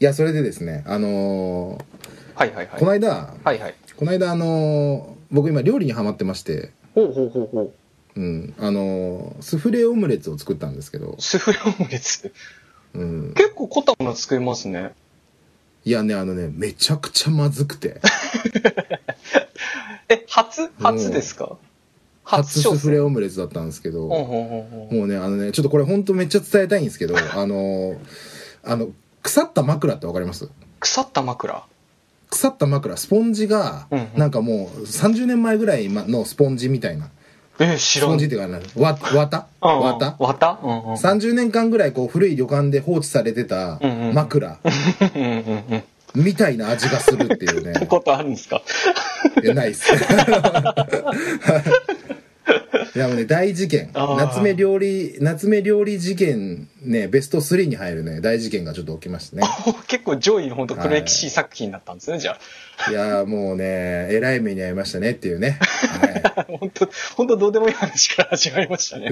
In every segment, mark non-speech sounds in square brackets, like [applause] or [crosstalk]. いやそれでですねあのーはいはいはい。この間はいはい。この間あのー僕今料理にハマってましてほうほうほうほう。うんあのースフレオムレツを作ったんですけど、スフレオムレツ。うん、結構凝ったもの作れますね。いやねあのねめちゃくちゃまずく [laughs] てえ、初初ですか初スフレムオムレツだったんですけど、レツ。うんうんうんうん。もうねあのねちょっとこれ本当めっちゃ伝えたいんですけどあのーあの腐った枕ってわかります腐った枕。腐った枕スポンジがうんうんなんかもう30年前ぐらいまのスポンジみたいなえー、ス知らん。ポンジっていうかなわ綿うんうん綿綿うんうん。 30年間ぐらいこう古い旅館で放置されてたうんうん枕うんうんみたいな味がするっていうね [laughs] うん。 [laughs] ことあるんですかいやないっす [laughs] いやもうね大事件あー夏目料理夏目料理事件ねベスト3に入るね大事件がちょっと起きましてね結構上位のほんと黒歴史作品だったんですね、じゃいやーもうねえらい目に遭いましたねっていう [laughs] ね、はいあ。 [laughs] 本当本当どうでもいい話から始まりまし [laughs] たね。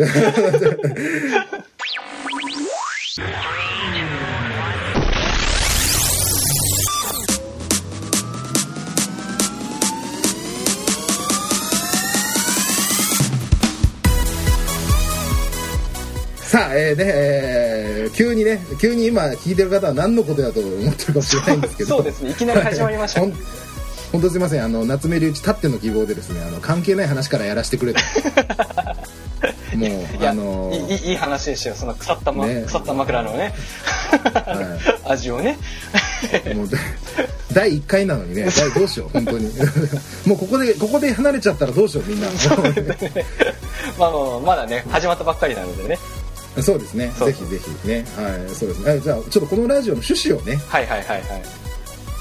さあ、えーねえー急にね急に今聞いてる方は何のことだと思ってるかもしれないんですけどそうですね。いきなり始まりましたほん。本当すいませんあの夏目隆一たっての希望でですねあの関係ない話からやらせてく [laughs] れともいうや、あのいいいい話でしたよ。その腐った,、まね腐った枕のね、は味をね。 [laughs] もうだ第1回なのにね第どうしよう本当に [laughs] もうここでここで離れちゃったらどうしようみんなそうまあまあまあ、まだね、始まったばっかりなのでね。ですねそうぜひぜひねはいそうですねあじゃあちょっとこのラジオの趣旨をねはいはいはいはい。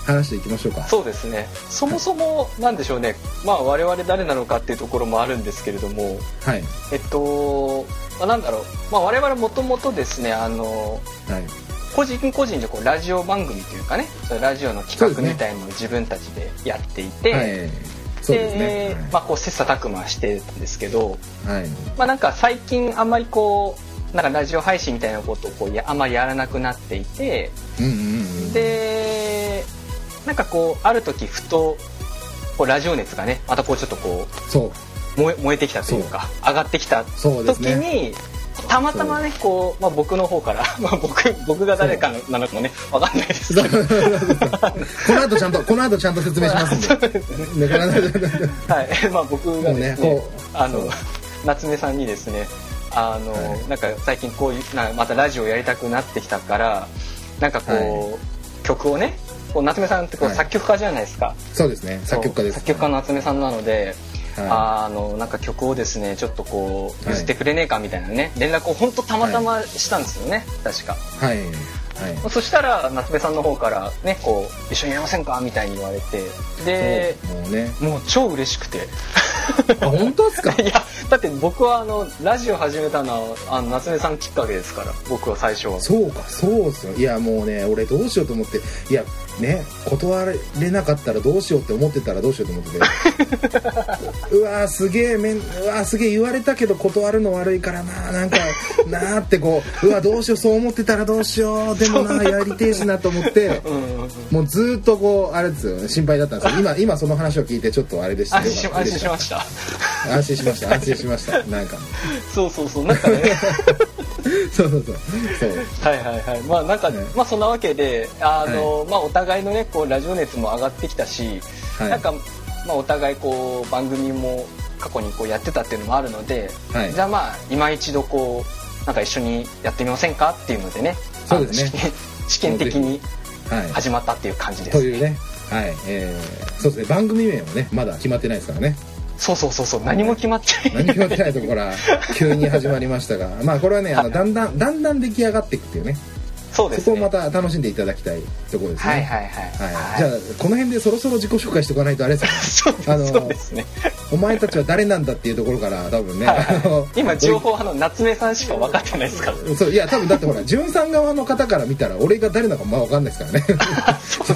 話していきましょうかそうですね。そもそも、なんでしょうね。まあ、我々誰なのかっていうところもあるんですけれども、はいえっと、まあ、なんだろう。まあ、我々もともとですね、あの、はい個人個人でこうラジオ番組というかね、そのラジオの企画みたいのを自分たちでやっていて、はいそうですねでまあ、こう切磋琢磨してたんですけど、はいはいまあ、なんか最近あんまりこうなんかラジオ配信みたいなことをこうやあんまりやらなくなっていてうんうんうんでなんかこうある時ふとこうラジオ熱がねまたこうちょっとこそうう燃え燃えてきたというか上がってきたそうです時ねに、たまたまねこう、まあ、僕の方から、まあ、僕僕が誰かなのかもねわかんないですけど。 [laughs] この後ちゃんとこの後ちゃんと説明しますんでねこの後 [laughs] はい、まあ僕がですもうねねこうあのそう夏目さんにですねあの、はいなんか最近こういうなまたラジオやりたくなってきたからなんかこう、は曲をねこう夏目さんってこうはい作曲家じゃないですか、そうですね作曲家です作曲家の夏目さんなので、はあのなんか曲をですねちょっとこうはい譲ってくれねえかみたいなね連絡を本当たまたましたんですよね、確かいはいはいそしたら夏目さんの方からねこう一緒にやりませんかみたいに言われてでそうもうねもう超嬉しくてあ本当ですか [laughs] いやだって僕はあのラジオ始めたのはあの夏目さんきっかけですから僕は最初はそうかそうっすよいやもうね俺どうしようと思っていやね断れなかったらどうしようって思ってたらどうしようと思って [laughs] てうわーすげえめんうわーすげえ言われたけど断るの悪いからななんかなーってこううわどうしようそう思ってたらどうしようでもなやりてえしなと思ってうんうんうんもうずーっとこうあれですよね心配だったんです [laughs] けど今今その話を聞いてちょっとあれでした安心し安心しました [laughs] た安心しました安心しましたなんか [laughs] そうそうそうなんかねそうそうそうそうはいはいはいまあなんか、ねまあそんなわけであの、まあお互いのねこうラジオ熱も上がってきたし、はいなんかまあお互いこう番組も過去にこうやってたっていうのもあるので、はいじゃあまあ今一度こうなんか一緒にやってみませんかっていうのでねそうですねあの試験試験的にはい始まったっていう感じですというね、はい、えー、そうですね、番組名もね、まだ決まってないですからね。そうそうそうそう何も決まってない何も決まってないところ [laughs] から、急に始まりましたが、まあ、これはね、あの、だんだん、だんだん出来上がっていくっていうね。そうですそこねをまた楽しんでいただきたいところですね。はいはいはい、はいじゃあ、この辺でそろそろ自己紹介しておかないとあれですよねそうですあのー [laughs] そうですねお前たちは誰なんだっていうところから、多分ね、はいあの今情報派の夏目さんしか分かってないですからそういや多分だってほら潤さん側の方から見たら俺が誰なのかまあ分かんないですからね [laughs] そ [laughs] う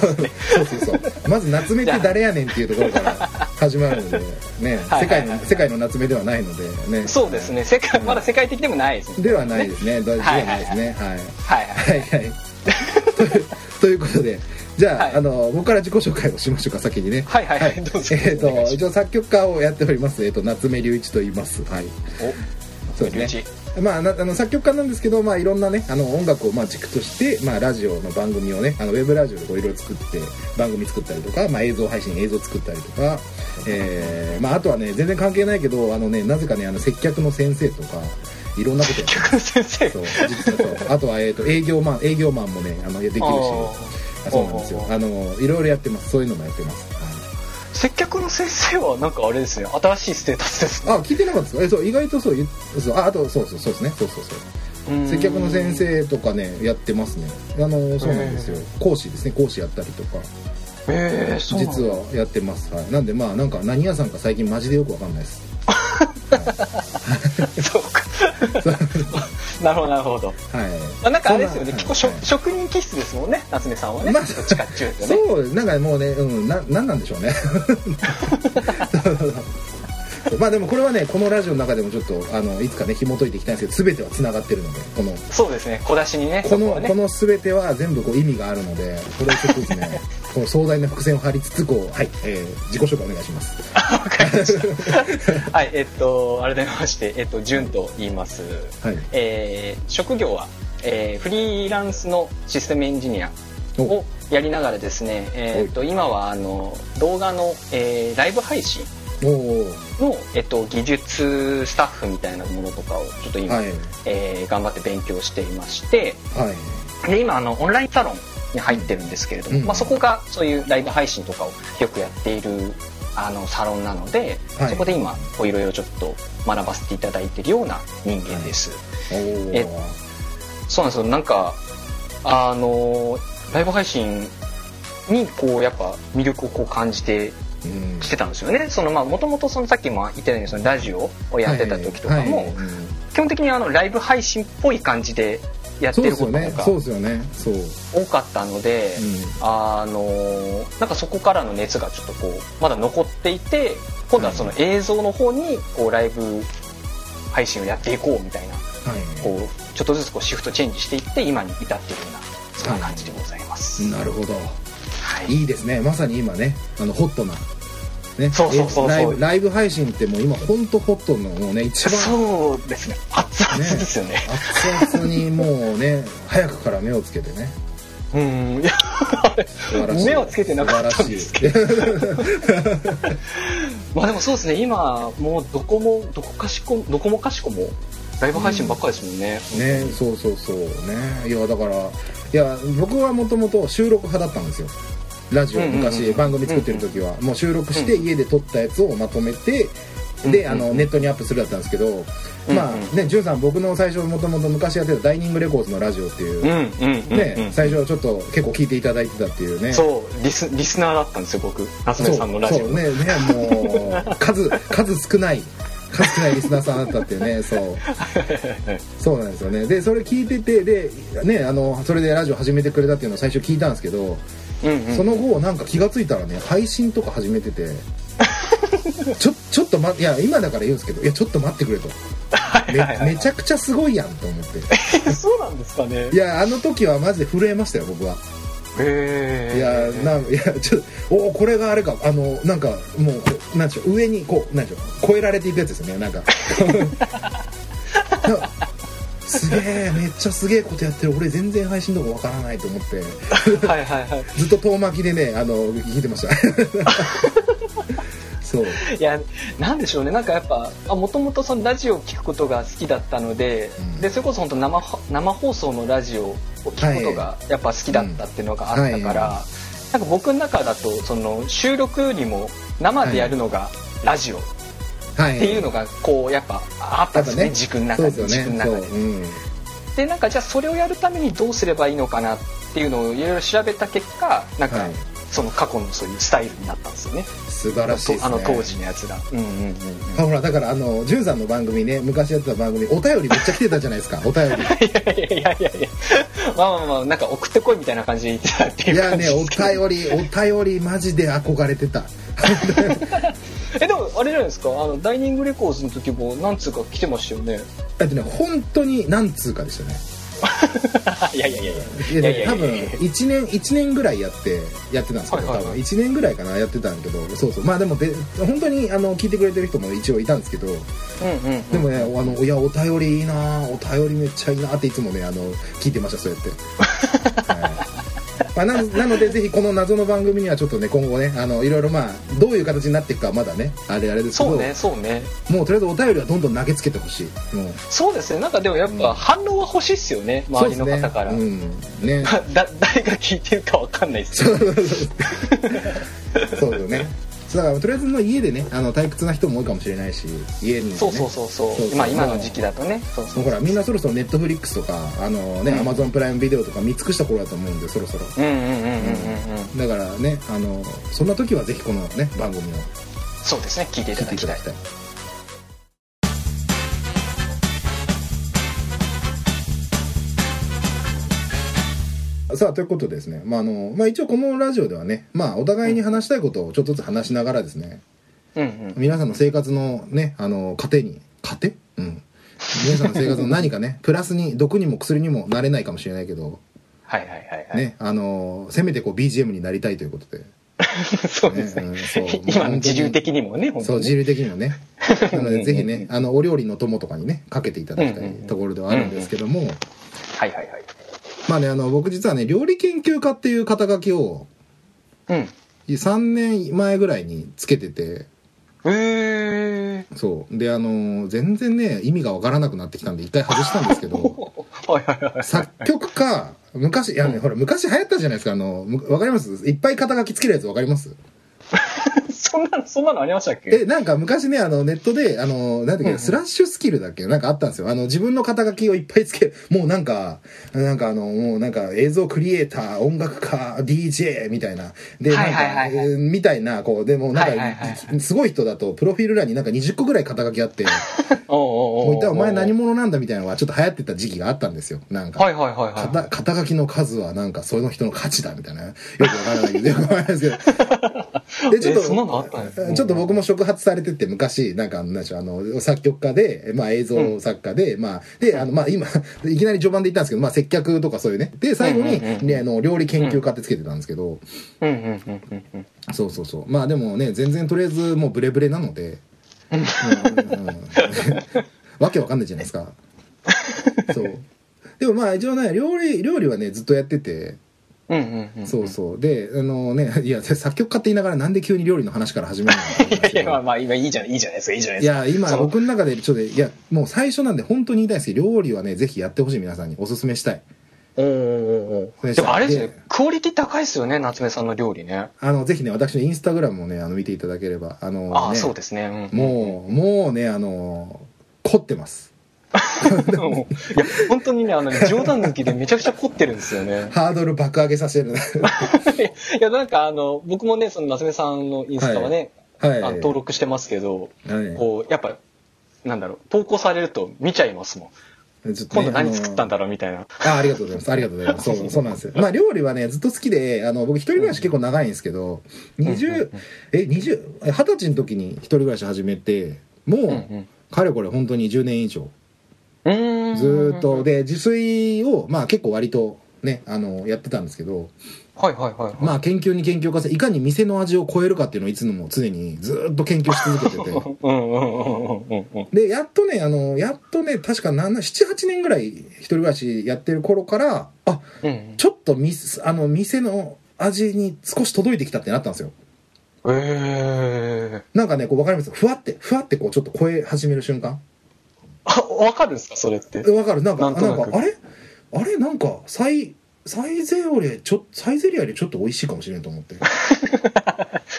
そうそうそうまず夏目って誰やねんっていうところから始まるのでねはい世界はのいはい世界の夏目ではないのでねそうですね世界まだ世界的でもないですねではないですね大事でははいはないいではいすねはい [laughs] はいはいはいはいということでじゃあ,、はいあの僕から自己紹介をしましょうか先にねはいはいはいどうぞえっ、お願といします一応作曲家をやっております、えっと夏目隆一と言いますはいそう龍ですね一まあ、なあの作曲家なんですけど、まあ、いろんなねあの音楽をまあ軸として、まあ、ラジオの番組をねあのウェブラジオでこういろいろ作って番組作ったりとか、まあ、映像配信映像作ったりとか、えーまあ、あとはね全然関係ないけどあの、ね、なぜかねあの接客の先生とかいろんなことやって客先生そう実はそうあとは、えー、と営業マン営業マンもねあのできるしああそうなんですよおうおうおうあのいろいろやってますそういうのもやってます、はいー接客の先生はなんかあれですね新しいステータスですねあ聞いてなかったですかえそう意外とそう言っそうああとそうそうそうですねそうそうそううん接客の先生とかねやってますねあのそうなんですよ講師ですね講師やったりとかえー、そうなんだ実はやってます、はい、なんでまあなんか何屋さんか最近マジでよくわかんないですそうか [laughs] なるほどなるほど、はいまあ、なんかあれですよねそんな結構しょ、はい職人気質ですもんね夏目さんはね、まあどっちかっていうとねそうなんかもうねうんななんなんでしょうね [laughs] そうまあでもこれはねこのラジオの中でもちょっとあのいつかね紐解いていきたいんですけど全ては繋がってるのでこのそうですね小出しにねこそのはねこの全ては全部こう意味があるのでこれをちょっとですねこの壮大な伏線を張りつつこうはい、えー自己紹介お願いしますわかりました。 [laughs] はい、えっと、改めまして、えっと、じゅんと言います。はいえー職業は、えーフリーランスのシステムエンジニアおをやりながらですね、えーっと、今は、あの、動画の、えーライブ配信おおの、えっと、技術スタッフみたいなものとかを、ちょっと今、はいえー頑張って勉強していまして、はいで、今、あの、オンラインサロンに入ってるんですけれども、うんまあ、そこが、そういうライブ配信とかをよくやっている、あの、サロンなので、はいそこで今、こういろいろちょっと学ばせていただいているような人間です。おおえそうなんですよ。なんか、あの、ライブ配信に、こう、やっぱ、魅力をこう感じてうんきてたんですよね。その、まあ、もともと、その、さっきも言ったように、その、ラジオをやってた時とかも、はいはいはい基本的に、あの、ライブ配信っぽい感じでやっそてうるですこよとがねそうですよねそう、う多かったので、ん、あのなんかそこからの熱がちょっとこうまだ残っていて今度はその映像の方にこうライブ配信をやっていこうみたいなはこうちょっとずつこうシフトチェンジしていって今に至っているようなそんな感じでございます。いなるほどはいいいですねまさに今ねあのホットなねそうそうそうそえうライブライブ配信ってもう今本当ホットのもうね一番そうですね熱々ですよね熱々にもうね早くから目をつけてねうんいや素晴らしい目をつけてなかったんですけど [laughs] まあでもそうですね今もうどこもどこかしこどこもかしこもライブ配信ばっかりですもんね、ねそうそうそうねいやだからいや僕はもともと収録派だったんですよラジオうんうんうん昔番組作ってる時はもう収録して家で撮ったやつをまとめてであうんうんのネットにアップするだったんですけどうんまあねじゅんさん僕の最初もともと昔やってたダイニングレコーズのラジオってうんいううんうんうん、ね最初ちょっと結構聞いていただいてたっていうねそうリスリスナーだったんですよ僕夏目さんのラジそオうそうねねもう [laughs] 数数少ない数少ないリスナーさんだったっていうねそう [laughs] そうなんですよねでそれ聞いててでねあのそれでラジオ始めてくれたっていうのを最初聞いたんですけど、うんうんその後なんか気が付いたらね配信とか始めて [laughs] てちょちょっと待っていや今だから言うんですけどいやちょっと待ってくれとめめちゃくちゃすごいやんと思って [laughs] そうなんですかねいやあの時はマジで震えましたよ僕はへえいやなんいやちょっとおこれがあれかあのなんかもうこうなんでしょう上にこうなんでしょう超えられていくやつですよねなん [laughs] かなすげえめっちゃすげえことやってる俺全然配信とかわからないと思って [laughs] はいはいはずっと遠巻きでねあの聞いてま [laughs] したそういいやなんでしょうねなんかやっぱもともとそのラジオを聞くことが好きだったので,、うんでそれこそ本当生ほ生放送のラジオを聞くことがやっぱ好きだったっていうのがあったから、はなんか僕の中だとその収録よりも生でやるのがラジオっはいていうのがこうやっぱあったんですねやっぱね軸の中そうでですよ軸のねそ中う、で。うん、でなんかじゃあそれをやるためにどうすればいいのかなっていうのをいろいろ調べた結果なんか、はいその過去のそういうスタイルになったんですよね素晴らしいですねあの当時のやつがうんうんうんうんあほらだからあのじゅんさんの番組ね昔やってた番組お便りめっちゃ来てたじゃないですかお便りいやいやいやいやいやまあまあまあなんか送ってこいみたいな感じで言ってたっていいうや感じ [laughs] ね、おですけど便り、お便り、マジで憧れてた。えでもあれじゃないですかあのダイニングレコーズの時も何通か来てましたよねだってね、本当に何通かでしたね。いやいやいやい [laughs] やいやいやいや多分1年1年ぐらいやってやってたんですけど、はいはいはい多分1年ぐらいかなやってたんだけどそうそうまあでもで本当にあの聞いてくれてる人も一応いたんですけどうんうん、うん、でもね、あのいやお便りいいなお便りめっちゃいいなっていつもねあの聞いてましたそうやって、 [laughs] はいまあ、ななのでぜひこの謎の番組にはちょっとね今後ねあのいろいろまあどういう形になっていくかはまだねあれあれですけどそうねそうねもうとりあえずお便りはどんどん投げつけてほしいもうそうですねなんかでもやっぱ反応は欲しいっすよね周りの方から、そうですねうん [laughs] ね [laughs] だ [laughs] 誰が聞いてるかわかんないっすけどそうよねだからとりあえずの家でねあの退屈な人も多いかもしれないし家に、ね、そうそうそうそうそうそう今今の時期だとねそうもそううほらみんなそろそろネットフリックスとかあのね、うんアマゾンプライムビデオとか見尽くした頃だと思うんでそろそろうんうんうんうんうんうんだからねあのそんな時はぜひこのね番組をそうですね聞いてい聞いただていきたただいきたいさあということでですね、まああのまあ、一応このラジオではね、まあ、お互いに話したいことをちょっとずつ話しながらですね、うんうん皆さんの生活のねあの糧に糧うん皆さんの生活の何かね [laughs] プラスに毒にも薬にもなれないかもしれないけど、はいはいはいはい、ねあのせめてこう BGM になりたいということで [laughs] そうですねねうんそう今の自流的にもね本そう当自に流的にもねなの [laughs] うんうんうでんぜひねあのお料理の友とかにねかけていただきたういんうんうんところではあるんですけども、はいはいはいまあねあの僕実はね料理研究家っていう肩書きをうん3年前ぐらいにつけててえそうであの全然ね意味がわからなくなってきたんで一回外したんですけ [laughs] どー、 [laughs] はいはいはい作曲家昔いやね、ほら昔流行ったじゃないですかあのむわかりますいっぱい肩書きつけるやつわかります [laughs] そんなのそんなのありましたっけえなんか昔ねあのネットであのなんていうか、うんスラッシュスキルだっけなんかあったんですよあの自分の肩書きをいっぱいつけ [laughs] るもうなんかなんかあのもうなんか映像クリエイター音楽家 DJ みたいなでなんはいかはいはいはいえーみたいなこうでもなんか、はいはいはいはすごい人だとプロフィール欄になんか20個ぐらい肩書きあって「おうおうおうもう一体お前何も者なんだ」みたいなのはちょっと流行ってた時期があったんですよなんか。はいはいはい肩は肩書きの数はなんかその人の価値だみたいなよくわからないけどよくわからないですけどいでちょっと、えそんなのあったんですねちょっと僕も触発されてて昔なんかなんでしょうあの作曲家で、まあ、映像作家で、まあであのまあ今 [laughs] いきなり序盤で言ったんですけど、まあ、接客とかそういうねで最後に、うんうんうんねあの料理研究家ってつけてたんですけど、うんうんうんうんうんそうそうそうまあでもね全然とりあえずもうブレブレなので、うんう [laughs] んうんわけわかんないじゃないですかそうでもまあ一応ね料理料理はねずっとやっててうんうんうんそうそうであのねいや作曲家って言いながらなんで急に料理の話から始めるのかいやまあまあ今いいじゃないいいじゃないですかいいじゃないいですかや今その僕の中でちょっといやもう最初なんで本当に言いたいんですけど料理はねぜひやってほしい皆さんにおすすめしたいおーおーおーおーでもあれですねクオリティ高いですよね夏目さんの料理ねあのぜひね私のインスタグラムもねあの見ていただければあの、ね、ああそうですねうんもうもうねあの凝ってます [laughs] [laughs] うんいや本当にねあの冗談抜きでめちゃくちゃ凝ってるんですよねハードル爆上げさせ [laughs] るいやなんかあの僕もねその夏目さんのインスタはね、はいあの登録してますけど、はいこうやっぱなんだろう投稿されると見ちゃいますもんちょっとね今度何作ったんだろうみたいあな、のあありがとうございますありがとうございます [laughs] そうそうなんですよまあ料理はねずっと好きであの僕一人暮らし結構長いんですけどうんうん20え二十二十歳の時に一人暮らし始めてもう、うんかれこれ本当に10年以上うんうーんずーっとで自炊をまあ結構割とねあのやってたんですけどはいはいはい、はいまあ研究に研究を重ねいかに店の味を超えるかっていうのをいつも常にずーっと研究し続けて [laughs] てうんうんうんうんうんうんでやっとねあのやっとね確か78年ぐらい一人暮らしやってる頃からあうんちょっとみあの店の味に少し届いてきたってなったんですよええなんかねこう分かりますふわってふわってこうちょっと超え始める瞬間あわかるんですかそれってえわかるなんかなんとななくんかあれあれなんかサイサイゼよりちょサイゼリアよりちょっと美味しいかもしれんと思って [laughs]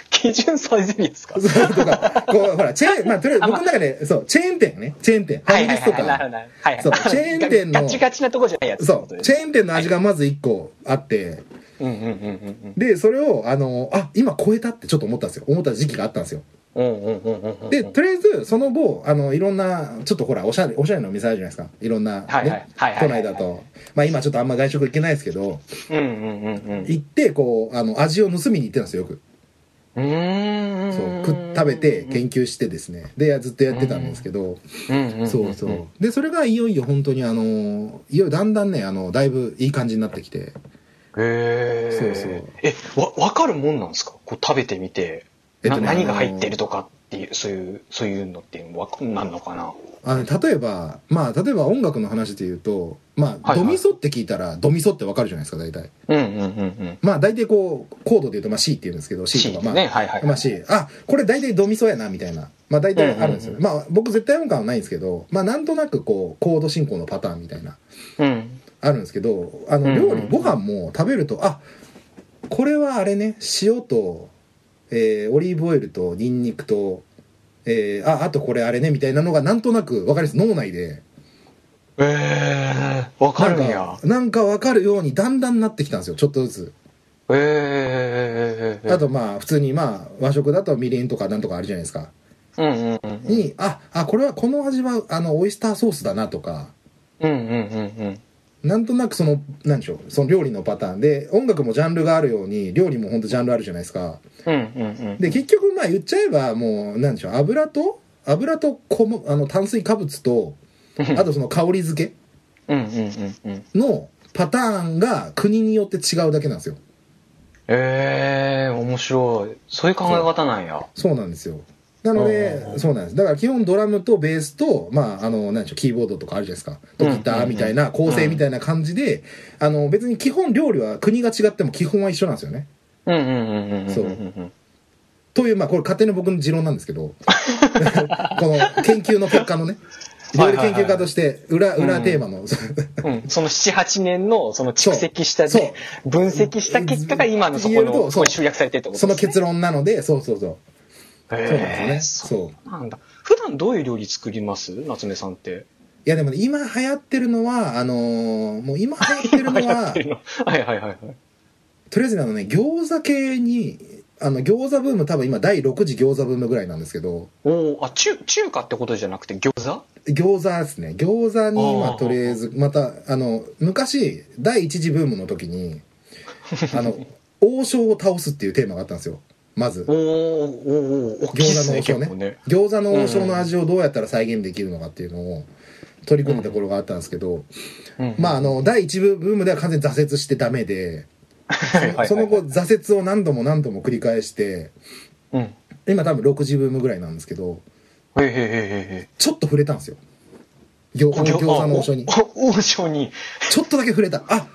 基準サイゼリアですかそうとかこうほらチェーンまあとりあえず僕の中でそうチェーン店ねチェーン店ファミレスとなかるほどなるほどはいはいそうチェーン店のガチガチなとこじゃないやつってそことうでチすェーン店の味がまず1個あってうんうんうんうんでそれをあのあ今超えたってちょっと思ったんですよ思った時期があったんですようんうんうんうんうんうんでとりあえずその後あのいろんなちょっとほらおしゃれおしゃれなお店あるじゃないですかいろんな、ねはいはいはいはい都内だとまあ今ちょっとあんま外食行けないですけどうんうんうんうん行ってこうあの味を盗みに行ってたんですよよくうーんそう食食べて研究してですねでずっとやってたんですけど究そうそうでそれがいよいよ本当にあのいよいよだんだんねあのだいぶいい感じになってきてへえそうそうえわ分かるもんなんですかこう食べてみて、えっとなね何が入ってるとかっていうそういうそういうのっていうのわかなんのかなあの例えばまあ例えば音楽の話で言うとまあはいドミソって聞いたらドミソってわかるじゃないですか大体うんうんうんうんまあ大体こうコードで言うとまあ C って言うんですけど C C とねかまあはいはいまあ C あこれ大体ドミソやなみたいなまあ大体あるんですよねまあ僕絶対音感はないんですけどまあなんとなくこうコード進行のパターンみたいなうんあるんですけどあのうん料理ご飯も食べるとあこれはあれね塩と、えーオリーブオイルとニンニクと、えーああとこれあれねみたいなのがなんとなくわかります脳内でええ分かなるんんやかなんかわかるようにだんだんなってきたんですよちょっとずええつあとまあ普通にまあ和食だとみりんとかなんとかあるじゃないですかうんうんうんうんにああこれはこの味はあのオイスターソースだなとかうんうんうんなんとなくそのなんでしょうその料理のパターンで音楽もジャンルがあるように料理も本当ジャンルあるじゃないですかうんうんうんうんで結局まあ言っちゃえばもうなんでしょう油と油と小麦あの炭水化物 [laughs] とあとその香り付けうんうんうんうんのパターンが国によって違うだけなんですよええ面白いそういう考え方なんやそうなんですよなのあでーそうなんですだから基本ドラムとベースとまああのなんでしょうキーボードとかあるじゃないですかとギタうんうんうーんみたいな構成みたいな感じであの別に基本料理は国が違っても基本は一緒なんですよねうんうんうんうんうんそうんんというまあこれ勝手に僕の持論なんですけ [laughs] どこの研究の結果のね料理研究家として裏裏テーマの、うん、その7、8年のその蓄積したそうそで、分析した結果が今のそこ言えるとの、そこにそう集約されてるってこ [laughs] とそのですね。結論なので、そうそうそう。そそうなんですよね。そう。そうなんだ。普段どういう料理作ります夏目さんって。いやでもね、今流行ってるのは、あのーもう今流行ってるのは、 [laughs] 流行ってるのはいはいはいはい。とりあえずねあのね、餃子系に、あの、餃子ブーム多分今第6次餃子ブームぐらいなんですけど、おおあ、中、中華ってことじゃなくて餃子餃子ですね。餃子にあ今ーとりあえず、また、あの、昔、第1次ブームの時 [laughs] に、あの、王将を倒すっていうテーマがあったんですよ。まずお。ーおーおー大きいっすね、餃子の王結将構ね。餃子の王将の味をどうやったら再現できるのかっていうのを取り組むところがあったんですけど、うんまああの第一部ブームでは完全に挫折してダメではいはいはいその後、挫折を何度も何度も繰り返してうん。へ今多分6時ブームぐらいなんですけどえへえへえへえ。ちょっと触れたんですよ餃この餃子の王将にあお王将に。ちょっとだけ触れたあ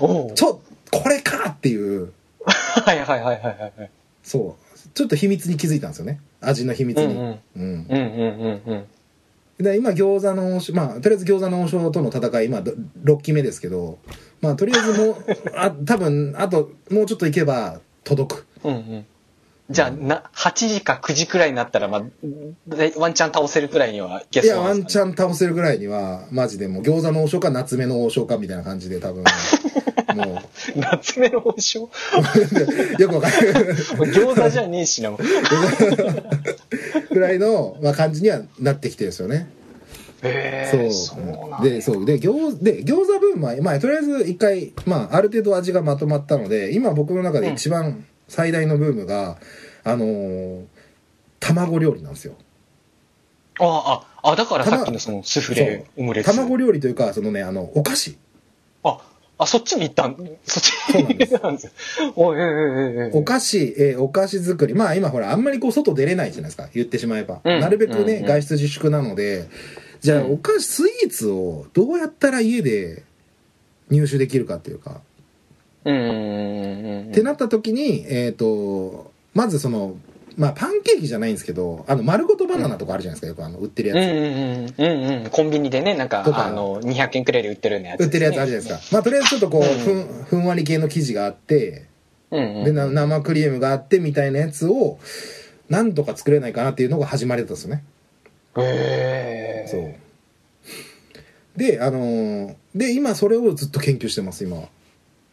おおちょこれかっていうはいはいはいはいはいはい。そうちょっと秘密に気づいたんですよね味の秘密に、ううんんうんうんうんうん。で今餃子の王将まあとりあえず餃子の王将との戦い今ど6期目ですけどまあとりあえずもう [laughs] あ多分あともうちょっといけば届くうんうん。じゃあ、な、8時か9時くらいになったら、まあ、でワンチャン倒せるくらいにはいけいそうやなワんンでチすかャン倒せるぐらいにはマジでもう餃子の王将か夏目の王将かみたいな感じで多 [laughs] 分もね、夏目の王将うよくわかる餃子じゃねえ [laughs] しな。ぐらいの、まあ、感じにはなってきてるんですよねえそうー、そうなんだでそうで餃で餃子ブームは、まあ、とりあえず一回、まあ、ある程度味がまとまったので今僕の中で一番最大のブームが、あのー卵料理なんですよああ、あ、だからたまさっきのそのスフレ、オムレツ。卵料理というかそのねあのお菓子あ、あ、そっちに行ったん、そっちそうなんでに行ったんです。おええええお菓子、えーお菓子作りまあ今ほらあんまりこう外出れないじゃないですか言ってしまえば、うんなるべくね、うんうん外出自粛なのでじゃあうんお菓子スイーツをどうやったら家で入手できるかっていうかうんうんうんうん。ってなった時に、えー、とまずその、まあ、パンケーキじゃないんですけどあの丸ごとバナナとかあるじゃないですかよくあの売ってるうんうやんうん。うんうん。コンビニでね、なんか、とかあの、200円くらいで売ってるようなやつつ、売っでてするね、やつあるじゃないですか、まあ、とりあえずちょっとこう、うんふんふんわり系の生地があってうんうん。でな生クリームがあってみたいなやつをなんとか作れないかなっていうのが始まりだったんですよねへえ。そうであのーで今それをずっと研究してます今は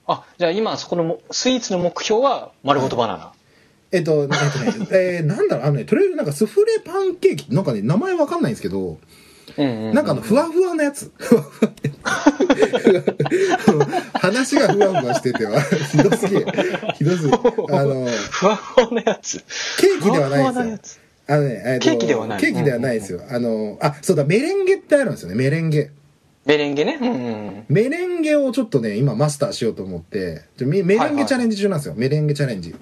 あ、じゃあ今、そこのもスイーツの目標は、丸ごとバナナ。えっと、えっとね、 [laughs] えーなんだろうあのねとりあえずなんかスフレパンケーキなんかね名前わかんないんですけどうんううなんかあのふわふわのやつ話がふわふわしてては、ひどすぎる。ひどすぎる。あの、ふわふわなやつ。ケーキではないふわふわやですよ。つ。あのね、えーとケーキではないケーキではないですよ。あの、あ、そうだ、メレンゲってあるんですよね、メレンゲ。メレンゲね。うんうんメレンゲをちょっとね、今マスターしようと思って、ちょメメレはンいはゲいチャレンジ中なんですよ、メレンゲチャレンジ。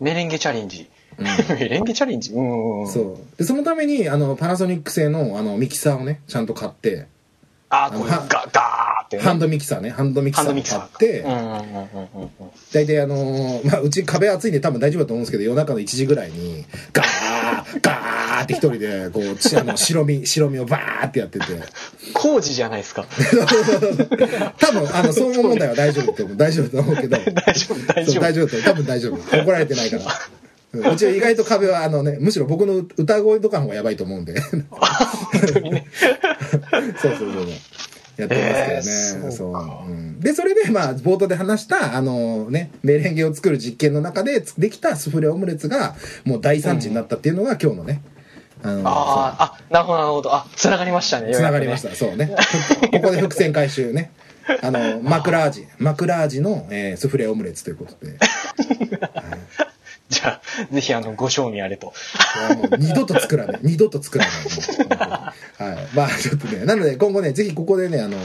メレンゲチャレンジ。 [laughs] メレンゲチャレンジ。うんうんうん。そう。で、そのために、あの、パナソニック製の、あの、ミキサーをね、ちゃんと買って、あー、こういうはガガーってね。ハンドミキサーね、ハンドミキサハーンドをミキ買サっー。てう、んうんうんうんうんうん。大体あのーまあ、うち壁厚いんで多分大丈夫だと思うんですけど、夜中の1時ぐらいに、ガーガーって一人で、こう、ちあの、白身、白身をバーってやってて、工事じゃないですか。多分、あの、総合問題は大丈夫と思う、大丈夫と思うけど、 [laughs] 大丈夫、大そう丈夫大。丈夫だと思う多分大丈夫。怒られてないから。うんうちは意外と壁は、あのね、むしろ僕の歌声とかの方がやばいと思うんで。そう本当に [laughs] ね。そうそうそう。やってますけどね。えーそそううかうんで、それで、まあ、冒頭で話した、あのね、メレンゲを作る実験の中でつできたスフレオムレツが、もう大惨事になったっていうのが今日のね、あの、ああ、あ、なるほど、なるほど。あ、繋がりましたね。。つながりましたた。そうね。ここで伏線回収ね。あの、マクラージ、マクラージの、えースフレオムレツということで。じゃあ、ぜひ、あの、ご賞味あれと。い [laughs] やもう二度と作らない。二度と作らない。はい。まあちょっとね、なので今後ね、ぜひここでね、あの、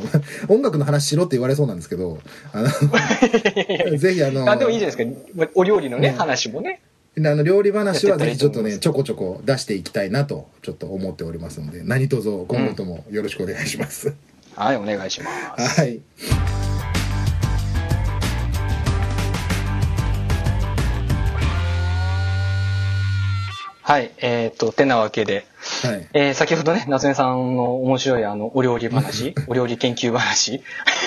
音楽の話しろって言われそうなんですけど、あの、ぜひあ [laughs] の、あ、でもいいじゃないですか。お料理のね、うん話もね。あの料理話はぜひちょっとやね、ってちょこちょこ出していきたいなと、ちょっと思っておりますので、何卒今後ともよろしくお願いします。はい、お願いします。はい。はい、えっ、と、てなわけで、はい。えー先ほどね、夏目さんの面白いあの、お料 [laughs] 理話、お料理研究話、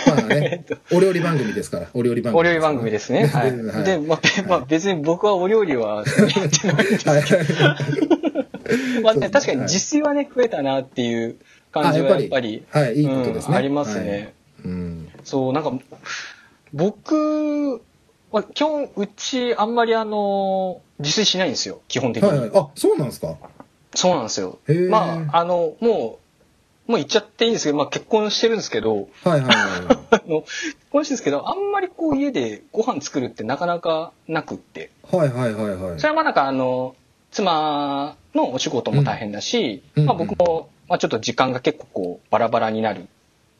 まあ [laughs] ね、お料理番組ですから、お料理番組。お料理番組ですね。ははいい。で、まあ、べまあ、別に僕はお料 [laughs] 理は好きじゃないですはい。まあそうですねね、確かにはい自炊はね、食えたなっていう感あじやっぱはやりっぱり、はいいいことですねうんありますね。はいうん。そう、なんか、僕は、基本、うち、あんまりあの、自炊しないんですよ、基本的に。はいはい。あ、そうなんですかそうなんですよへー。まあ、あの、もう、もう言っちゃっていいんですけど、まあ結婚してるんですけど、 [laughs] はいはいはいはい。あの、結婚してるんですけど、あんまりこう家でご飯作るってなかなかなくって。はいはいはいはいそ。れはまあなんかあの、妻のお仕事も大変だし、うんまあうんうん僕も、まあちょっと時間が結構こうバラバラになるっ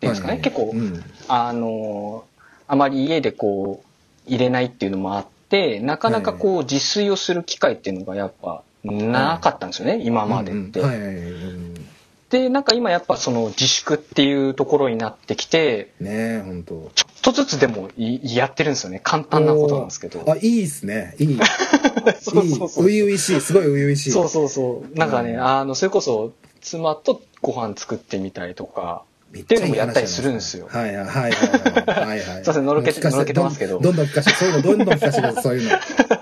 ていうんですかはね。いはい結構、うんあの、あまり家でこう入れないっていうのもあって、なかなかこう自炊をする機会っていうのがやっぱなかったんですよね、今までって。うんうんはいはいはいうんねで、なんか今やっぱその自粛っていうところになってきて、え本当ちょっとずつでもいやってるんですよね。簡単なことなんですけど。あいいっすねいいいい [laughs] そうそうそう。初々しいすごい初々しいそうそうそう。なんかね、うんあの、それこそ妻とご飯作ってみたりとか、 [laughs] めっっていうのもやったりするんですよはいはいはいはいはいはいすいませんのろけて聞かせのろけてますけどどんどん聞かせてそういうのどんどん聞かせてくださいそういう [laughs] の、は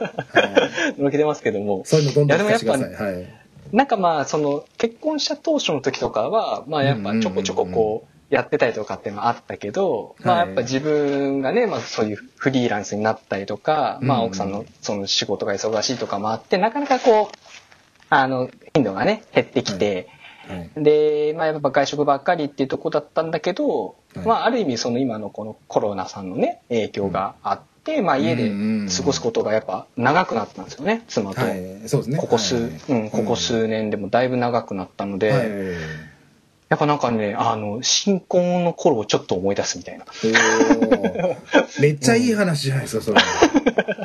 い抜けてますけども、そういうのどんどん聞かせてくだいさいはいなんかまあ、その、結婚した当初の時とかは、まあやっぱちょこちょこうんうんうんこう、やってたりとかっていうのはあったけど、まあはいやっぱ自分がね、まあそういうフリーランスになったりとか、まうあんうん奥さんのその仕事が忙しいとかもあって、なかなかこう、あの、頻度がね、減ってきて、はいで、まあ、やっぱ外食ばっかりっていうとこだったんだけど、はいまあ、ある意味その今のこのコロナさんのね、影響があって、まあ、家で過ごすことがやっぱ長くなったんですよね、妻と。はいそうですねここ数、はいうん、ここ数年でもだいぶ長くなったので、はいはいはいはいやっぱなんかね、あの、新婚の頃をちょっと思い出すみたいな。おーめっちゃいい話じゃないですかそれ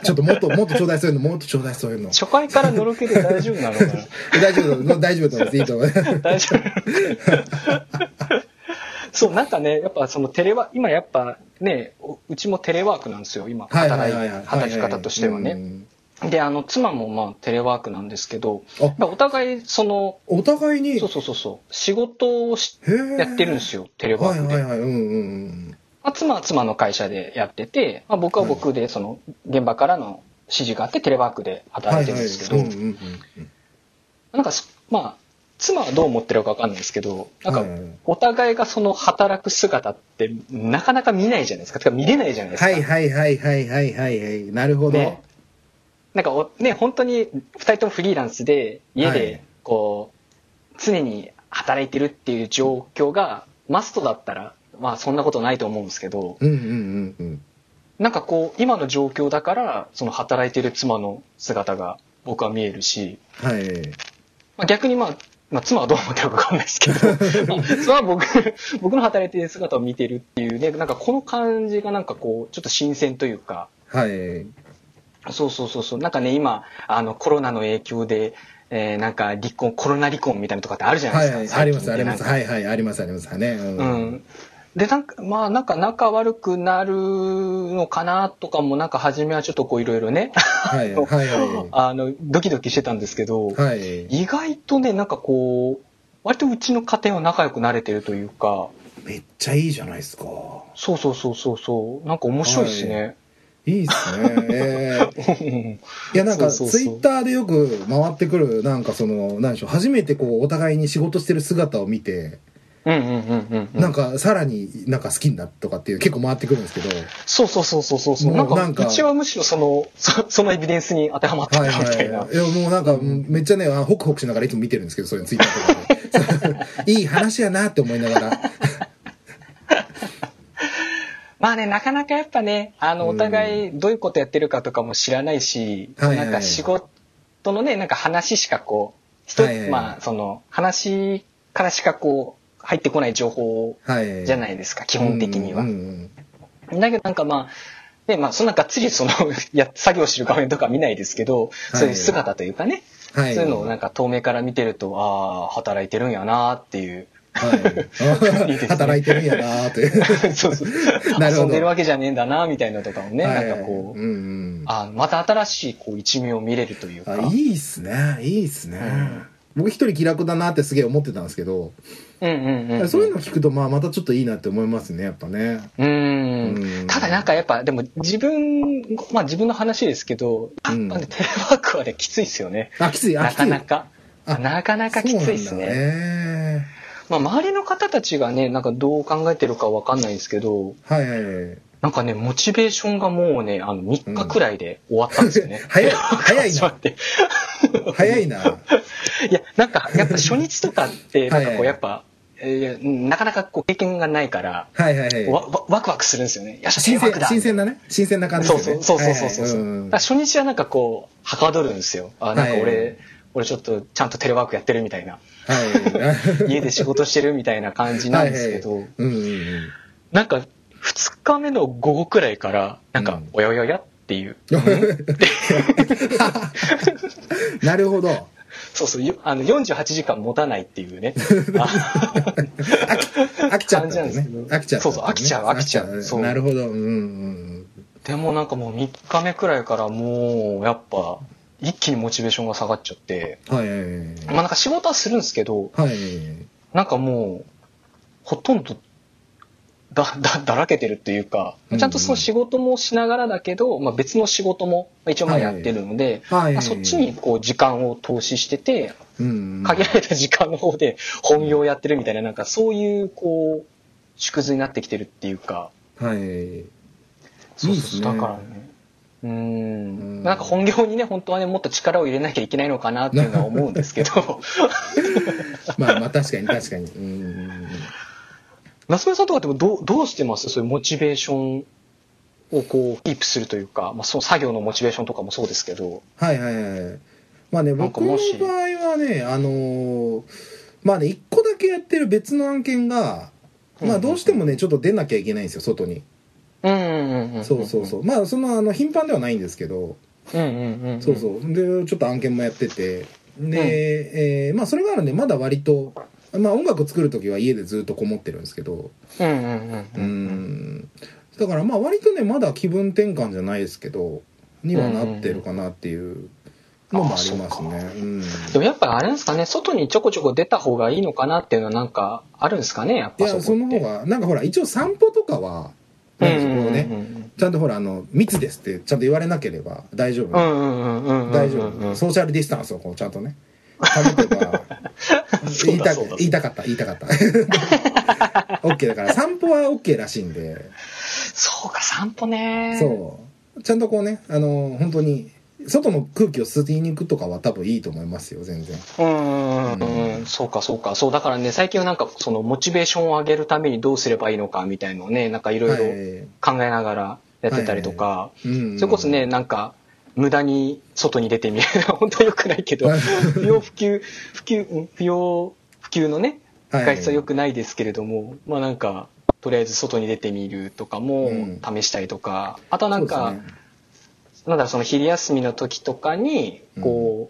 ちょっともっともっとちょうだいそういうのもっとちょうだいそういうの初回からのろけで大丈夫なのかな [laughs] 大丈夫だ大丈夫だと思いますいいと思います大丈夫。 [laughs] そう、なんかね、やっぱそのテレワ今やっぱね、おうちもテレワークなんですよ、今、はい [laughs] 働いはいはいはい働き方としてはね。うんで、あの、妻もまあテレワークなんですけど、あまあお互いその、お互いにそうそうそうそう、仕事をしへーやってるんですよ、テレワはーいクで。はいはいうんうんまあ、妻は妻の会社でやってて、まあ、僕は僕でその、現場からの指示があってテレワークで働いてるんですけど、はいはいうんうんうんなんかそ、まあ、妻はどう思ってるかわかんないですけど、なんかはいはいはい、お互いがその働く姿ってなかなか見ないじゃないですか。てか見れないじゃないですか。はいはいはいはいはいはいはいなるほど、ねなんかお、ね、本当に2人ともフリーランスで家はいでこう、常に働いてるっていう状況がマストだったらまあそんなことないと思うんですけどうんうんうんうんなんかこう今の状況だからその働いてる妻の姿が僕は見えるし、はいまあ、逆にまあまあ、妻はどう思ってるかわかんないですけど、 [laughs] まあ、妻は僕、 [laughs] 僕の働いてる姿を見てるっていうね、なんかこの感じがなんかこう、ちょっと新鮮というか、はいそうそうそうそう。なんかね、今、あの、コロナの影響で、えーなんか離婚、コロナ離婚みたいなのとかってあるじゃなはいいですか。はいあ最り近まっすありますてなんかはいはいありますありますねうんう、ん。で、なんか、まあ、なんか仲悪くなるのかなとかも、なんか初めはちょっとこういろいろね、はいはいは [laughs] あの、ドキドキしてたんですけど、いはい意外とね、なんかこう、割とうちの家庭は仲良くなれてるというか、めっちゃいいじゃないですかそうそうそうそうそう、なんか面白いですね。いいです [laughs] ね、えーいやなんかそツうそうイそうッターでよく回ってくるなんかそのなんでしょう初めてこうお互いに仕事してる姿を見てうんうんうんうんうん。なんかさらになんか好きになったとかっていう結構回ってくるんですけどそうそうそうそうそうそう。もなうんか、なんかうちはむしろその、そ [laughs] そのエビデンスに当てはまってたはみいはたいいな。いやもうなんかめっちゃねあホクホクしながらいつも見てるんですけどそれツイッターとかでいい話やなって思いながらまあね、なかなかやっぱね、あの、うんお互いどういうことやってるかとかも知らないし、はいはいなんか仕事のね、なんか話しかこう、人、はいはいまあ、その、話からしかこう、入ってこない情報はいじゃいないですか、基本的には。うんうんだけどなんかまあ、で、まあ、そんながっつりその、 [laughs] や、作業してる画面とか見ないですけど、そういう姿というかね、うんはいそういうのをなんか遠目から見てると、ああ、働いてるんやなっ [laughs] ていう。はいいですね働いてるんやなーってそうそう。なるほど遊んでるわけじゃねえんだな、みたいなのとかもね、はいなんかこう、うんうんあまた新しいこう一面を見れるというか。あいいっすねいいっすね、僕一人気楽だなってすげえ思ってたんですけど、うんうんうん。そういうの聞くとまあまたちょっといいなって思いますねやっぱねううんん。ただなんかやっぱ、でも自分、まあ自分の話ですけど、やっぱうんね、テレワークはね、きついですよね。あきついあなきつかいなか。あなかなかきついですそうなんだね。ねまあ周りの方たちがね、なんかどう考えてるかわかんないですけど、はいはいはい。なんかね、モチベーションがもうね、あの3日くらいで終わったんですよね [laughs] 早い早 [laughs] い始まなって。早いないや、なんか、やっぱ初日とかって、なんか [laughs] はこ、いうやっぱ、えーなかなかこう経験がないから、はいはいはいわわワクワクするんですよね。よし、新新鮮作だ新鮮なね新鮮な感じそでうすよそねうそうそうそうそう。はいはいうんだから初日はなんかこう、はかどるんですよ。あ、なんか俺、はい俺ちょっとちゃんとテレワークやってるみたいな、はい [laughs] 家で仕事してるみたいな感じなんですけど、はいはいうんうんうんなんか、二日目の午後くらいから、なんうかん、おやおやおやっていう、なるほどそうそう、よあの48時間持たないってい [laughs] うね。飽きちゃったん感じだなねんですけど飽きちゃったんだねそうそう飽きちゃう飽きちゃうそうなるほどうんうんでもなんかもう3日目くらいからもうやっぱ一気にモチベーションが下がっちゃって、うんはいはいはいまあなんか仕事はするんですけど、はい。なんかもうほとんどだ、だ、だらけてるっていうか、うんちゃんとその仕事もしながらだけど、まあ別の仕事もまあ一応まあやってるので、はい。まあそっちに、こう時間を投資してて、うん。限られた時間の方で本業をやってるみたいな、なんかそういうこう、縮図になってきてるっていうか、はい。そういいっそすうねだからねうーんうんなんか本業にね本当はねもっと力を入れなきゃいけないのかなっていうのは思うんですけ [laughs] どまあまあ確かに確かに。うん。夏目さんとかでもどうどうしてますそういうモチベーションをこうキープするというか、まあ、その作業のモチベーションとかもそうですけどはいはいはい。まあね、なん僕かのも場し合はね、あのーまあね、一個だけやってる別の案件が、まあどうしてもね、ちょっと出なきゃいけないんですよ、外に。うんうんうんうんそうそうそう。まあその、あの、頻繁ではないんですけど、うんうんうんそうそう。で、ちょっと案件もやってて。で、えーまあそれがあるんで、まだ割と、まあ音楽作るときは家でずっとこもってるんですけど、うんうんうんううんんだからまあ割とねまだ気分転換じゃないですけどにはなってるかなっていうのもありますね。うんでもやっぱりあれなんですかね外にちょこちょこ出た方がいいのかなっていうのはなんかあるんですかねやっいぱやそこのって方がなんかほら一応散歩とかはなんかそこをね、うんうんちゃんとほらあの密ですってちゃんと言われなければ大丈夫、うんうんうんうん大丈うんうんう夫んソーシャルディスタンスをこうちゃんとね保てば言いた [laughs] そうだそうだ言いたかった言いたかった [laughs] OK だから散歩は OK らしいんでそうか散歩ねそうちゃんとこうねあの本当に外の空気を吸いに行くとかは多分いいと思いますよ全然うーん、うん、そうかそうか。そう、だからね、最近はなんか、その、モチベーションを上げるためにどうすればいいのかみたいのをね、なんかいろいろはい考えながらやってたりとか、うんそれこそね、なんか、無駄に外に出てみる。本当は良くないけど、不要不急、不急、うん不要不急のね、はい外出は良くないですけれども、まあなんか、とりあえず外に出てみるとかもうん試したりとか、あとはなんそか、うですねなんだろうその昼休みの時とかにこ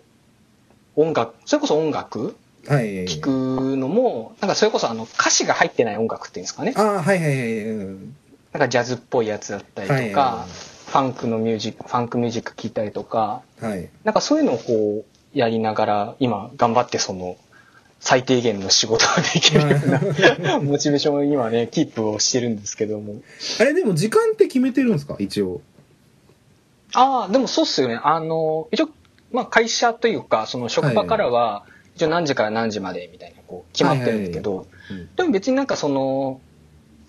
う、音楽それこそ音楽はい聴くのもなんかそれこそあの歌詞が入ってない音楽っていうんですかねああはいはいはいうんなんかジャズっぽいやつだったりとか、はいはファンクのミュージックファンクミュージック聴いたりとかはい [laughs] なんかそういうのをこうやりながら今頑張ってその最低限の仕事ができるようなモチベーションを今ねキープをしてるんですけどもあれでも時間って決めてるんですか一応ああ、でもそうっすよね。あの、一応、まあ会社というか、その職場からは、一応何時から何時までみたいな、こう、決まってるんですけど、うんでも別になんかその、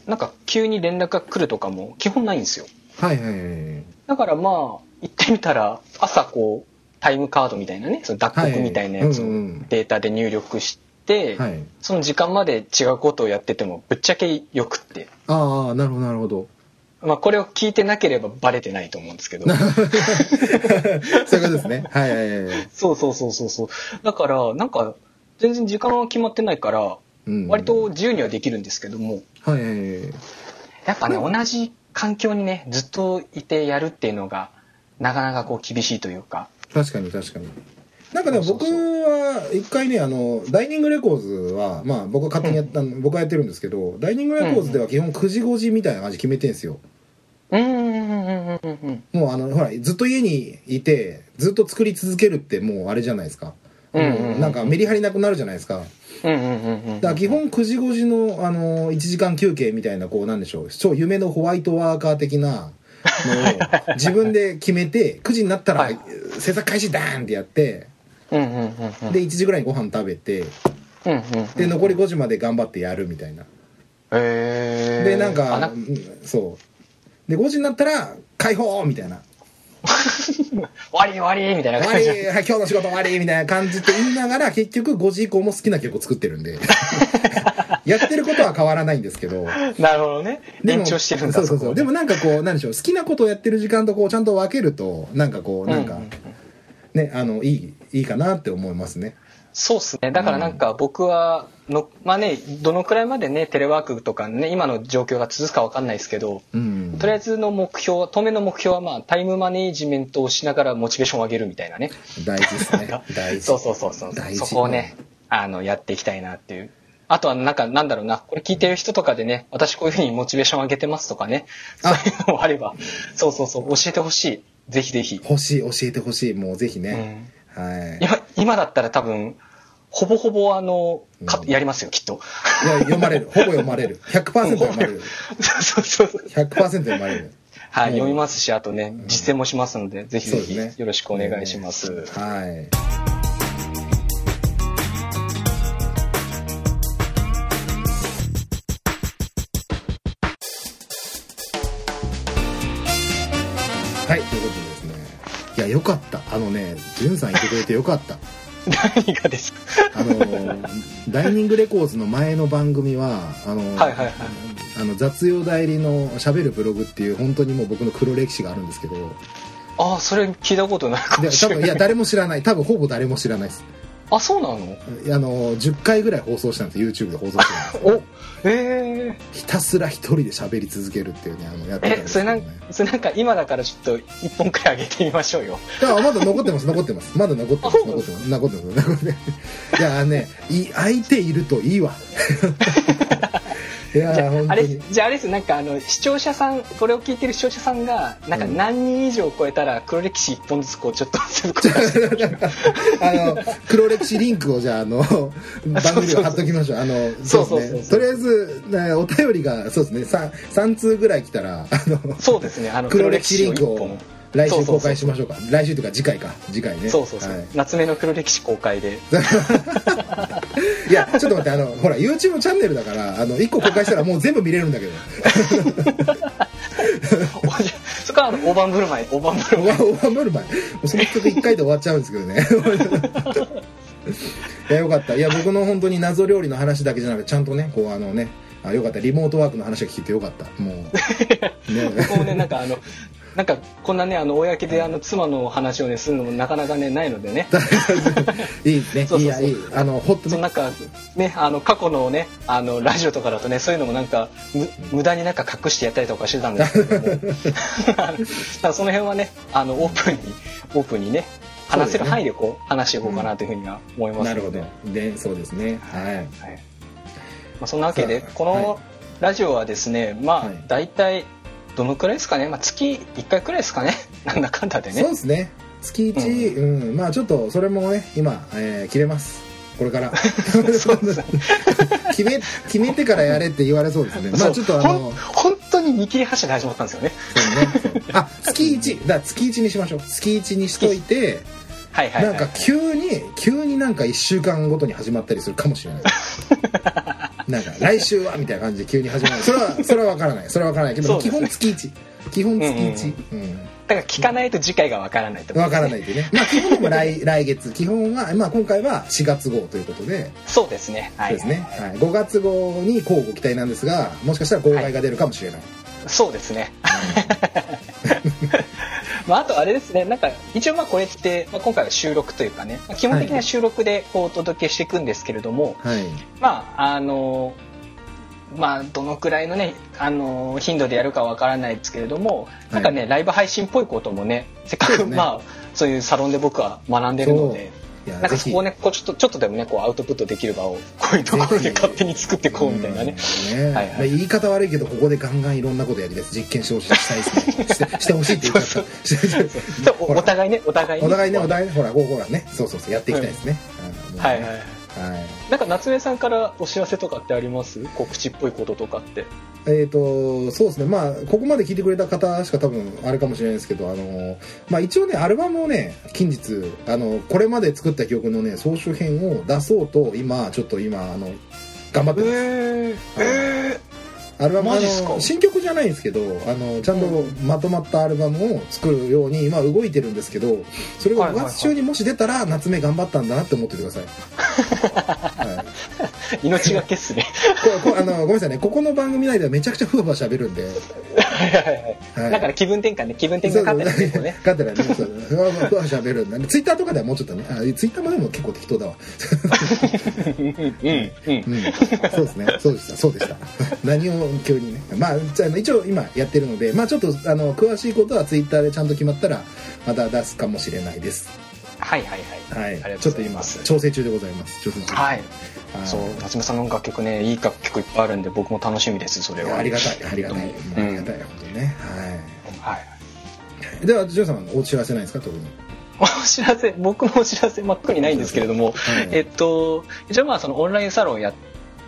なんか急に連絡が来るとかも基本ないんですよ。はいはいはいはいだからまあ、行ってみたら、朝こう、タイムカードみたいなね、その脱はい穀みたいなやうつをんうんデータで入力して、はいその時間まで違うことをやってても、ぶっちゃけよくって。ああなるほどなるほどまあこれを聞いてなければバレてないと思うんですけ [laughs] ど。そういうことですね [laughs] はいはいはいはいそうそうそうそうそう。だから、なんか、全然時間は決まってないから、うん割と自由にはできるんですけども、はいはいはいやっぱね、同じ環境にね、ずっといてやるっていうのが、なかなかこう厳しいというか。確かに確かになんかでもそう僕そうそうは一回ねあのダイニングレコーズはまあ僕は勝手にやった、ん、僕はやってるんですけどダイニングレコーズでは基本9時5時みたいな感じ決めてんですようーん、うん、うん、うん、うん。もうあのほらずっと家にいてずっと作り続けるってもうあれじゃないですか、うんうんうんなんかメリハリなくなるじゃないですかうん、うん、うんうん。だから基本9時5時の、あの1時間休憩みたいなこうなんでしょう超夢のホワイトワーカー的な [laughs] のを自分で決めて9時になったらはい制作開始ダーンってやってうん、うん、うん、うん。で1時ぐらいにご飯食べてうん、うんうん。で残り5時まで頑張ってやるみたいなえー、でなんあかうんそうで5時になったら解放みたいな終わり終わりみたいな終わ感りじ。はい [laughs] 今日の仕事終わりみたいな感じって言いながら結局5時以降も好きな曲を作ってる [laughs] んでやってることは変わらないんですけど [laughs] なるほどね。でも延長してるんだそうそうそうでも、もなんかこうなんでしょう好きなことをやってる時間とこうちゃんと分けるとなんかこうなんか、うんうんねあのいいいいかなって思いますねそうっすね。だからなんか僕はの、まあね、どのくらいまでね、テレワークとかね、今の状況が続くかわかんないですけど、うんとりあえずの目標は、当面の目標は、まあ、タイムマネージメントをしながらモチベーションを上げるみたいなね。大事ですね [laughs] 大事そうそうそうそう。大そ事こをね、あの、やっていきたいなっていう。あとは、なんか、なんだろうな、これ聞いてる人とかでね、私こういうふうにモチベーション上げてますとかね、 [laughs] そういうのもあれば、そうそうそう、教えてほしい。ぜひぜひ。欲しい教えてほしいもうぜひね、うんはい今、今だったら多分、ほぼほぼあの、かうんやりますよ、きっと。 [laughs] いや読まれるほぼ読まれる100%読まれるそうそうそう。 100%読まれるはい、うん読みますし、あとね、実践もしますので、ぜひぜそうひですねよろしくお願いします。はいはいということでですねいやよかったあのねじゅんさん言ってくれてよかった何がですかあの [laughs] ダイニングレコーズの前の番組はあの、はいはいはいあの雑用代理の「しゃべるブログ」っていう本当にもう僕の黒歴史があるんですけどああ、それ聞いたことないかでもし多れ分いなやい。誰も知らない多分ほぼ誰も知らないですあ、そうなのあの10回ぐらい放送したんです YouTube で放送したんですおええひたすら一人で喋り続けるっていうねあのやってたんえ、ですそけど、れなんね、それなんか今だからちょっと一本くらい上げてみましょうよ。だからまだ残ってます残ってますまだ残ってますあ残ってます残ってます残ってますいやあのねい相手いるといい [laughs] わいやじゃあ本、当あれ、にじゃああれです、なんかあの、視聴者さん、これを聞いてる視聴者さんが、なんかうん何人以上超えたら黒歴史一本ずつこう、ちょっとずつこう出してあの黒歴史リンクをじゃああの番組を貼っときましょうあのそうそうそうそうですねとりあえずねお便りがそうですね 3, 三通ぐらい来たらあのそうですね、あの、黒歴史リンク黒を歴史一来週公開しましょうか来週というか次回か次回ね本そうそうそう、はい夏目の黒歴史公 [laughs] 開で。 [laughs] いやちょっと待ってあの [laughs] ほら YouTube チャンネルだからあの1個公開したらもう全部見れるんだけどおじゃそっかか、あの、大盤振る舞い、大盤振るオ舞い。バオバムルマンもうその曲1回で終わっちゃうんですけどね [laughs] いやよかったいや僕の本当に謎料理の話だけじゃなくてちゃんとねこうあのねあよかったリモートワークの話が聞いてよかった [laughs] もう [laughs] ねこうね、なんかあの、なんかこんなね、あの、公であの、妻の話をね、するのもなかなかね、ないのでね。いいねそうそうそういやいいあのホットそのねなんか、ね、あの、過去のね、あの、ラジオとかだとね、そういうのもなんか、む無駄になんか隠してやったりとかしてたんですけども。 [laughs] [laughs] あのだからその辺はね、あの、オープンに、オープンにね、話せる範囲でこう、話していこうかなというふうには思いますなのるで。ほどでそうですねはいはいまあ、そんなわけでさあこはいのラジオはですね、まはあい大体どのくらいですかね、まあ、月1回くらいですかね [laughs] なんだかんだでそうねですね月1、うんまあちょっとそれもね今、えー切れますこれから [laughs] [laughs] 決め決めてからやれって言われそうですねまそあうちょっとあほんの本当に見切り発車で始まったんですよねそうねあ月1だから月1にしましょう月1にしといてはいはい、なはんい、か急に急になんか1週間ごとに始まったりするかもし [laughs] れないなんか来週はみたいな感じで急に始まるそれはそれは分からないそれは分からな [laughs] いけど、そう基です本ね月1基本月1、うんだから聞かないと次回がわからないってことわですかねらないでね。まあ、基本は [laughs] 来、来月。基本は、まあ、今回は4月号ということで、そうですねはそういですね。はい。5月号に交互期待なんですが、もしかしたら号外が出るかもしれない。そうですね [laughs] まあ、あとあれですねなんか一応まあこれって、まあ、今回は収録というかね、まあ基本的には収録でこうお届けしていくんですけれども、はい。まああのまあどのくらいのねあの頻度でやるかわからないですけれどもなんかね、ライブ配信っぽいこともねせっかそうくですねまあそういうサロンで僕は学んでるのでいや、なんぜかひ。そこをねこうちょっとちょっとでもねこうアウトプットできる場をこういうところぜでひ勝手に作ってこうみたいなねうん。ねはいはいまあ言い方悪いけど、ここでガンガンいろんなことやりです。実験してほしい、したいですね。して、[laughs] してほしいって言っちゃった。してでおお互いねお互い [laughs] お互いね、おはい互いね、ほら、ほらね、そうそうそう、やっていきたいですね。うんはいはい。なんか夏目さんからお知らせとかってあります告知っぽいこととかってえー、とそうですね、まあ、ここまで聞いてくれた方しか多分あれかもしれないですけど、あのまあ、一応ね、アルバムをね、近日あの、これまで作った曲のね、総集編を出そうと、今、ちょっと今、あの頑張ってます、えアルバムあマジっすかの新曲じゃないんですけどあの、ちゃんとまとまったアルバムを作るように、今、動いてるんですけど、それがはい5はいはい月中にもし出たら、夏目頑張ったんだなって思っててください。 [laughs] はい命がけっすねここあのごめんなさいね、ここの番組内ではめちゃくちゃふわふわしゃべるんで。はいはいはいはいだから気分転換ね [laughs] 気分転換勝ったりね勝てないねそうふわふわ喋るんだねツイッターとかではもうちょっとねあツイッターもでも結構適当だわ、うん、うんうんそうですねそうでしたそうでした [laughs] 何を急にねまあじゃあ一応今やってるのでまあちょっとあの詳しいことはツイッターでちゃんと決まったらまた出すかもしれないですはいはいはい。はいありがちとょうっごとざい今ます調整中でございます調整中はい。はいそう、夏目さんの楽曲ね、いい楽曲いっぱいあるんで、僕も楽しみです、それいは。やありがたいありがたい、うあんりがたい本当にねははい。 [laughs] いではジョーさんはお知らせないですか特にお知らせ、僕のお知らせ、まあ、特にないんですけれども、はいえっと、一応まあ、そのオンラインサロンや、はい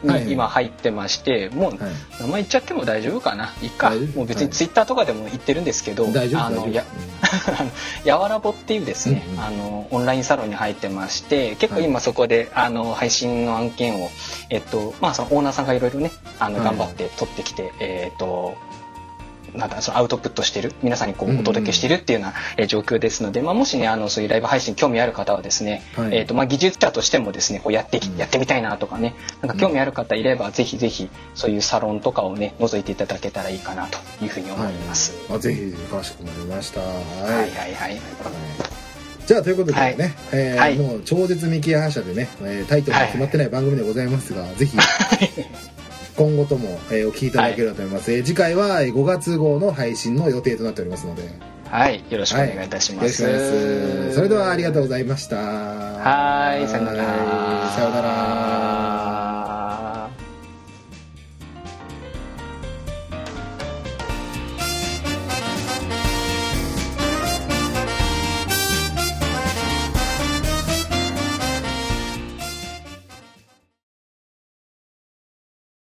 に今入ってまして、もう、はい名前言っちゃっても大丈夫かな。いいか。大丈夫もう別はにいツイッターとかでも言ってるんですけど、大丈夫あ大丈の、夫や、 [laughs] やわらぼっていうですね、うんうんあのオンラインサロンに入ってまして結構今そこで、あの配信の案件を、えっとまあ、そのオーナーさんがいろいろねあのはい頑張って取ってきて、えっとなんだそのアウトプットしてる皆さんにこうんううんお届けしてるっていうようなえー状況ですので、まあ、もしねあのそういうライブ配信興味ある方はですね、はい [laughs] えっとまあ、技術者としてもですねこうやってきうんやってみたいなとかねなんか興味ある方いれば、ぜひぜひそういうサロンとかをね覗いていただけたらいいかなというふうに思います。はい、あぜひ詳しくなりましたはい、はい、はいじゃあということでね、えーはいもう超絶見切り反射でね、えータイトルが決まってない番組でございますが、ぜひ今後とも、えーお聞きいただければと思います、えー次回はえー5月号の配信の予定となっておりますのでよはい、よろしくお願いいたしまろしくす。お願いしますそれではありがとうう。ございましたははい、さよなら。さようなら